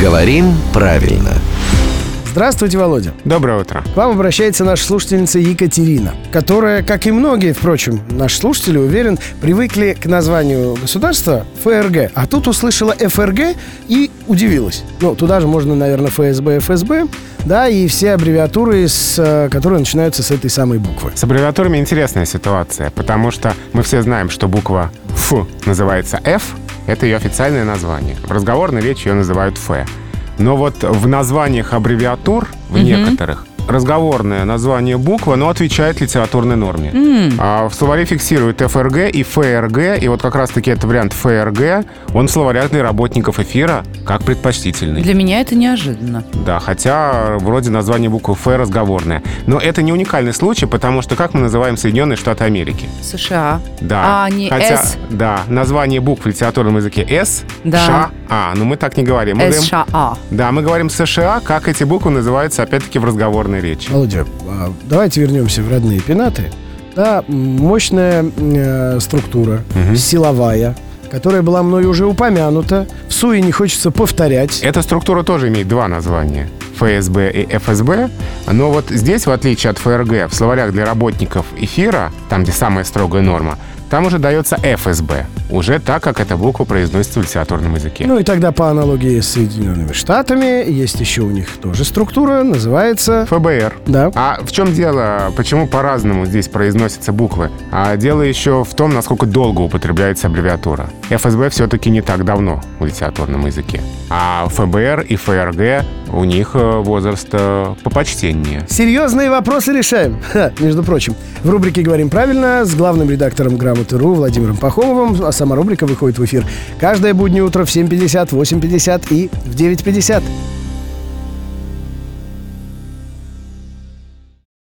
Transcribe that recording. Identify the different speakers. Speaker 1: Говорим правильно.
Speaker 2: Здравствуйте, Володя.
Speaker 3: Доброе утро.
Speaker 2: К вам обращается наша слушательница Екатерина, которая, как и многие, впрочем, наши слушатели, уверен, привыкли к названию государства ФРГ, а тут услышала ФРГ и удивилась. Ну, туда же можно, наверное, ФСБ, ФСБ, да, и все аббревиатуры, с, э, которые начинаются с этой самой буквы.
Speaker 3: С аббревиатурами интересная ситуация, потому что мы все знаем, что буква «Ф» называется «Ф», это ее официальное название. В разговорной речи ее называют «Ф». Но вот в названиях аббревиатур, в некоторых, разговорное название буквы, но отвечает литературной норме. А в словаре фиксируют ФРГ и ФРГ, и вот как раз-таки этот вариант ФРГ, он в словарях для работников эфира как предпочтительный.
Speaker 4: Для меня это неожиданно.
Speaker 3: Да, хотя вроде название буквы «Ф» разговорное. Но это не уникальный случай, потому что как мы называем Соединенные Штаты Америки?
Speaker 4: США.
Speaker 3: Да.
Speaker 4: А, не
Speaker 3: хотя,
Speaker 4: «С».
Speaker 3: Да, название букв в литературном языке «С»,
Speaker 4: Да.
Speaker 3: «Ша», «А». Но мы так не говорим. Мы говорим-
Speaker 4: США.
Speaker 3: да, мы говорим «США», как эти буквы называются, опять-таки, в разговорной речи.
Speaker 2: Володя, а, давайте вернемся в родные пенаты. Да, м, мощная э, структура, силовая, которая была мной уже упомянута. В суе не хочется повторять.
Speaker 3: Эта структура тоже имеет два названия – ФСБ и ФСБ. Но вот здесь, в отличие от ФРГ, в словарях для работников эфира, там, где самая строгая норма, там уже дается ФСБ, уже так, как эта буква произносится в литературном языке.
Speaker 2: Ну и тогда по аналогии с Соединенными Штатами есть еще у них тоже структура, называется...
Speaker 3: ФБР.
Speaker 2: Да.
Speaker 3: А в чем дело? Почему по-разному здесь произносятся буквы? А дело еще в том, насколько долго употребляется аббревиатура. ФСБ все-таки не так давно в литературном языке. А ФБР и ФРГ у них э, возраст э, попочтеннее.
Speaker 2: Серьезные вопросы решаем. Ха, между прочим, в рубрике «Говорим правильно» с главным редактором «Грамоты.ру» Владимиром Пахомовым, а сама рубрика выходит в эфир каждое буднее утро в 7.50, 8.50 и в 9.50.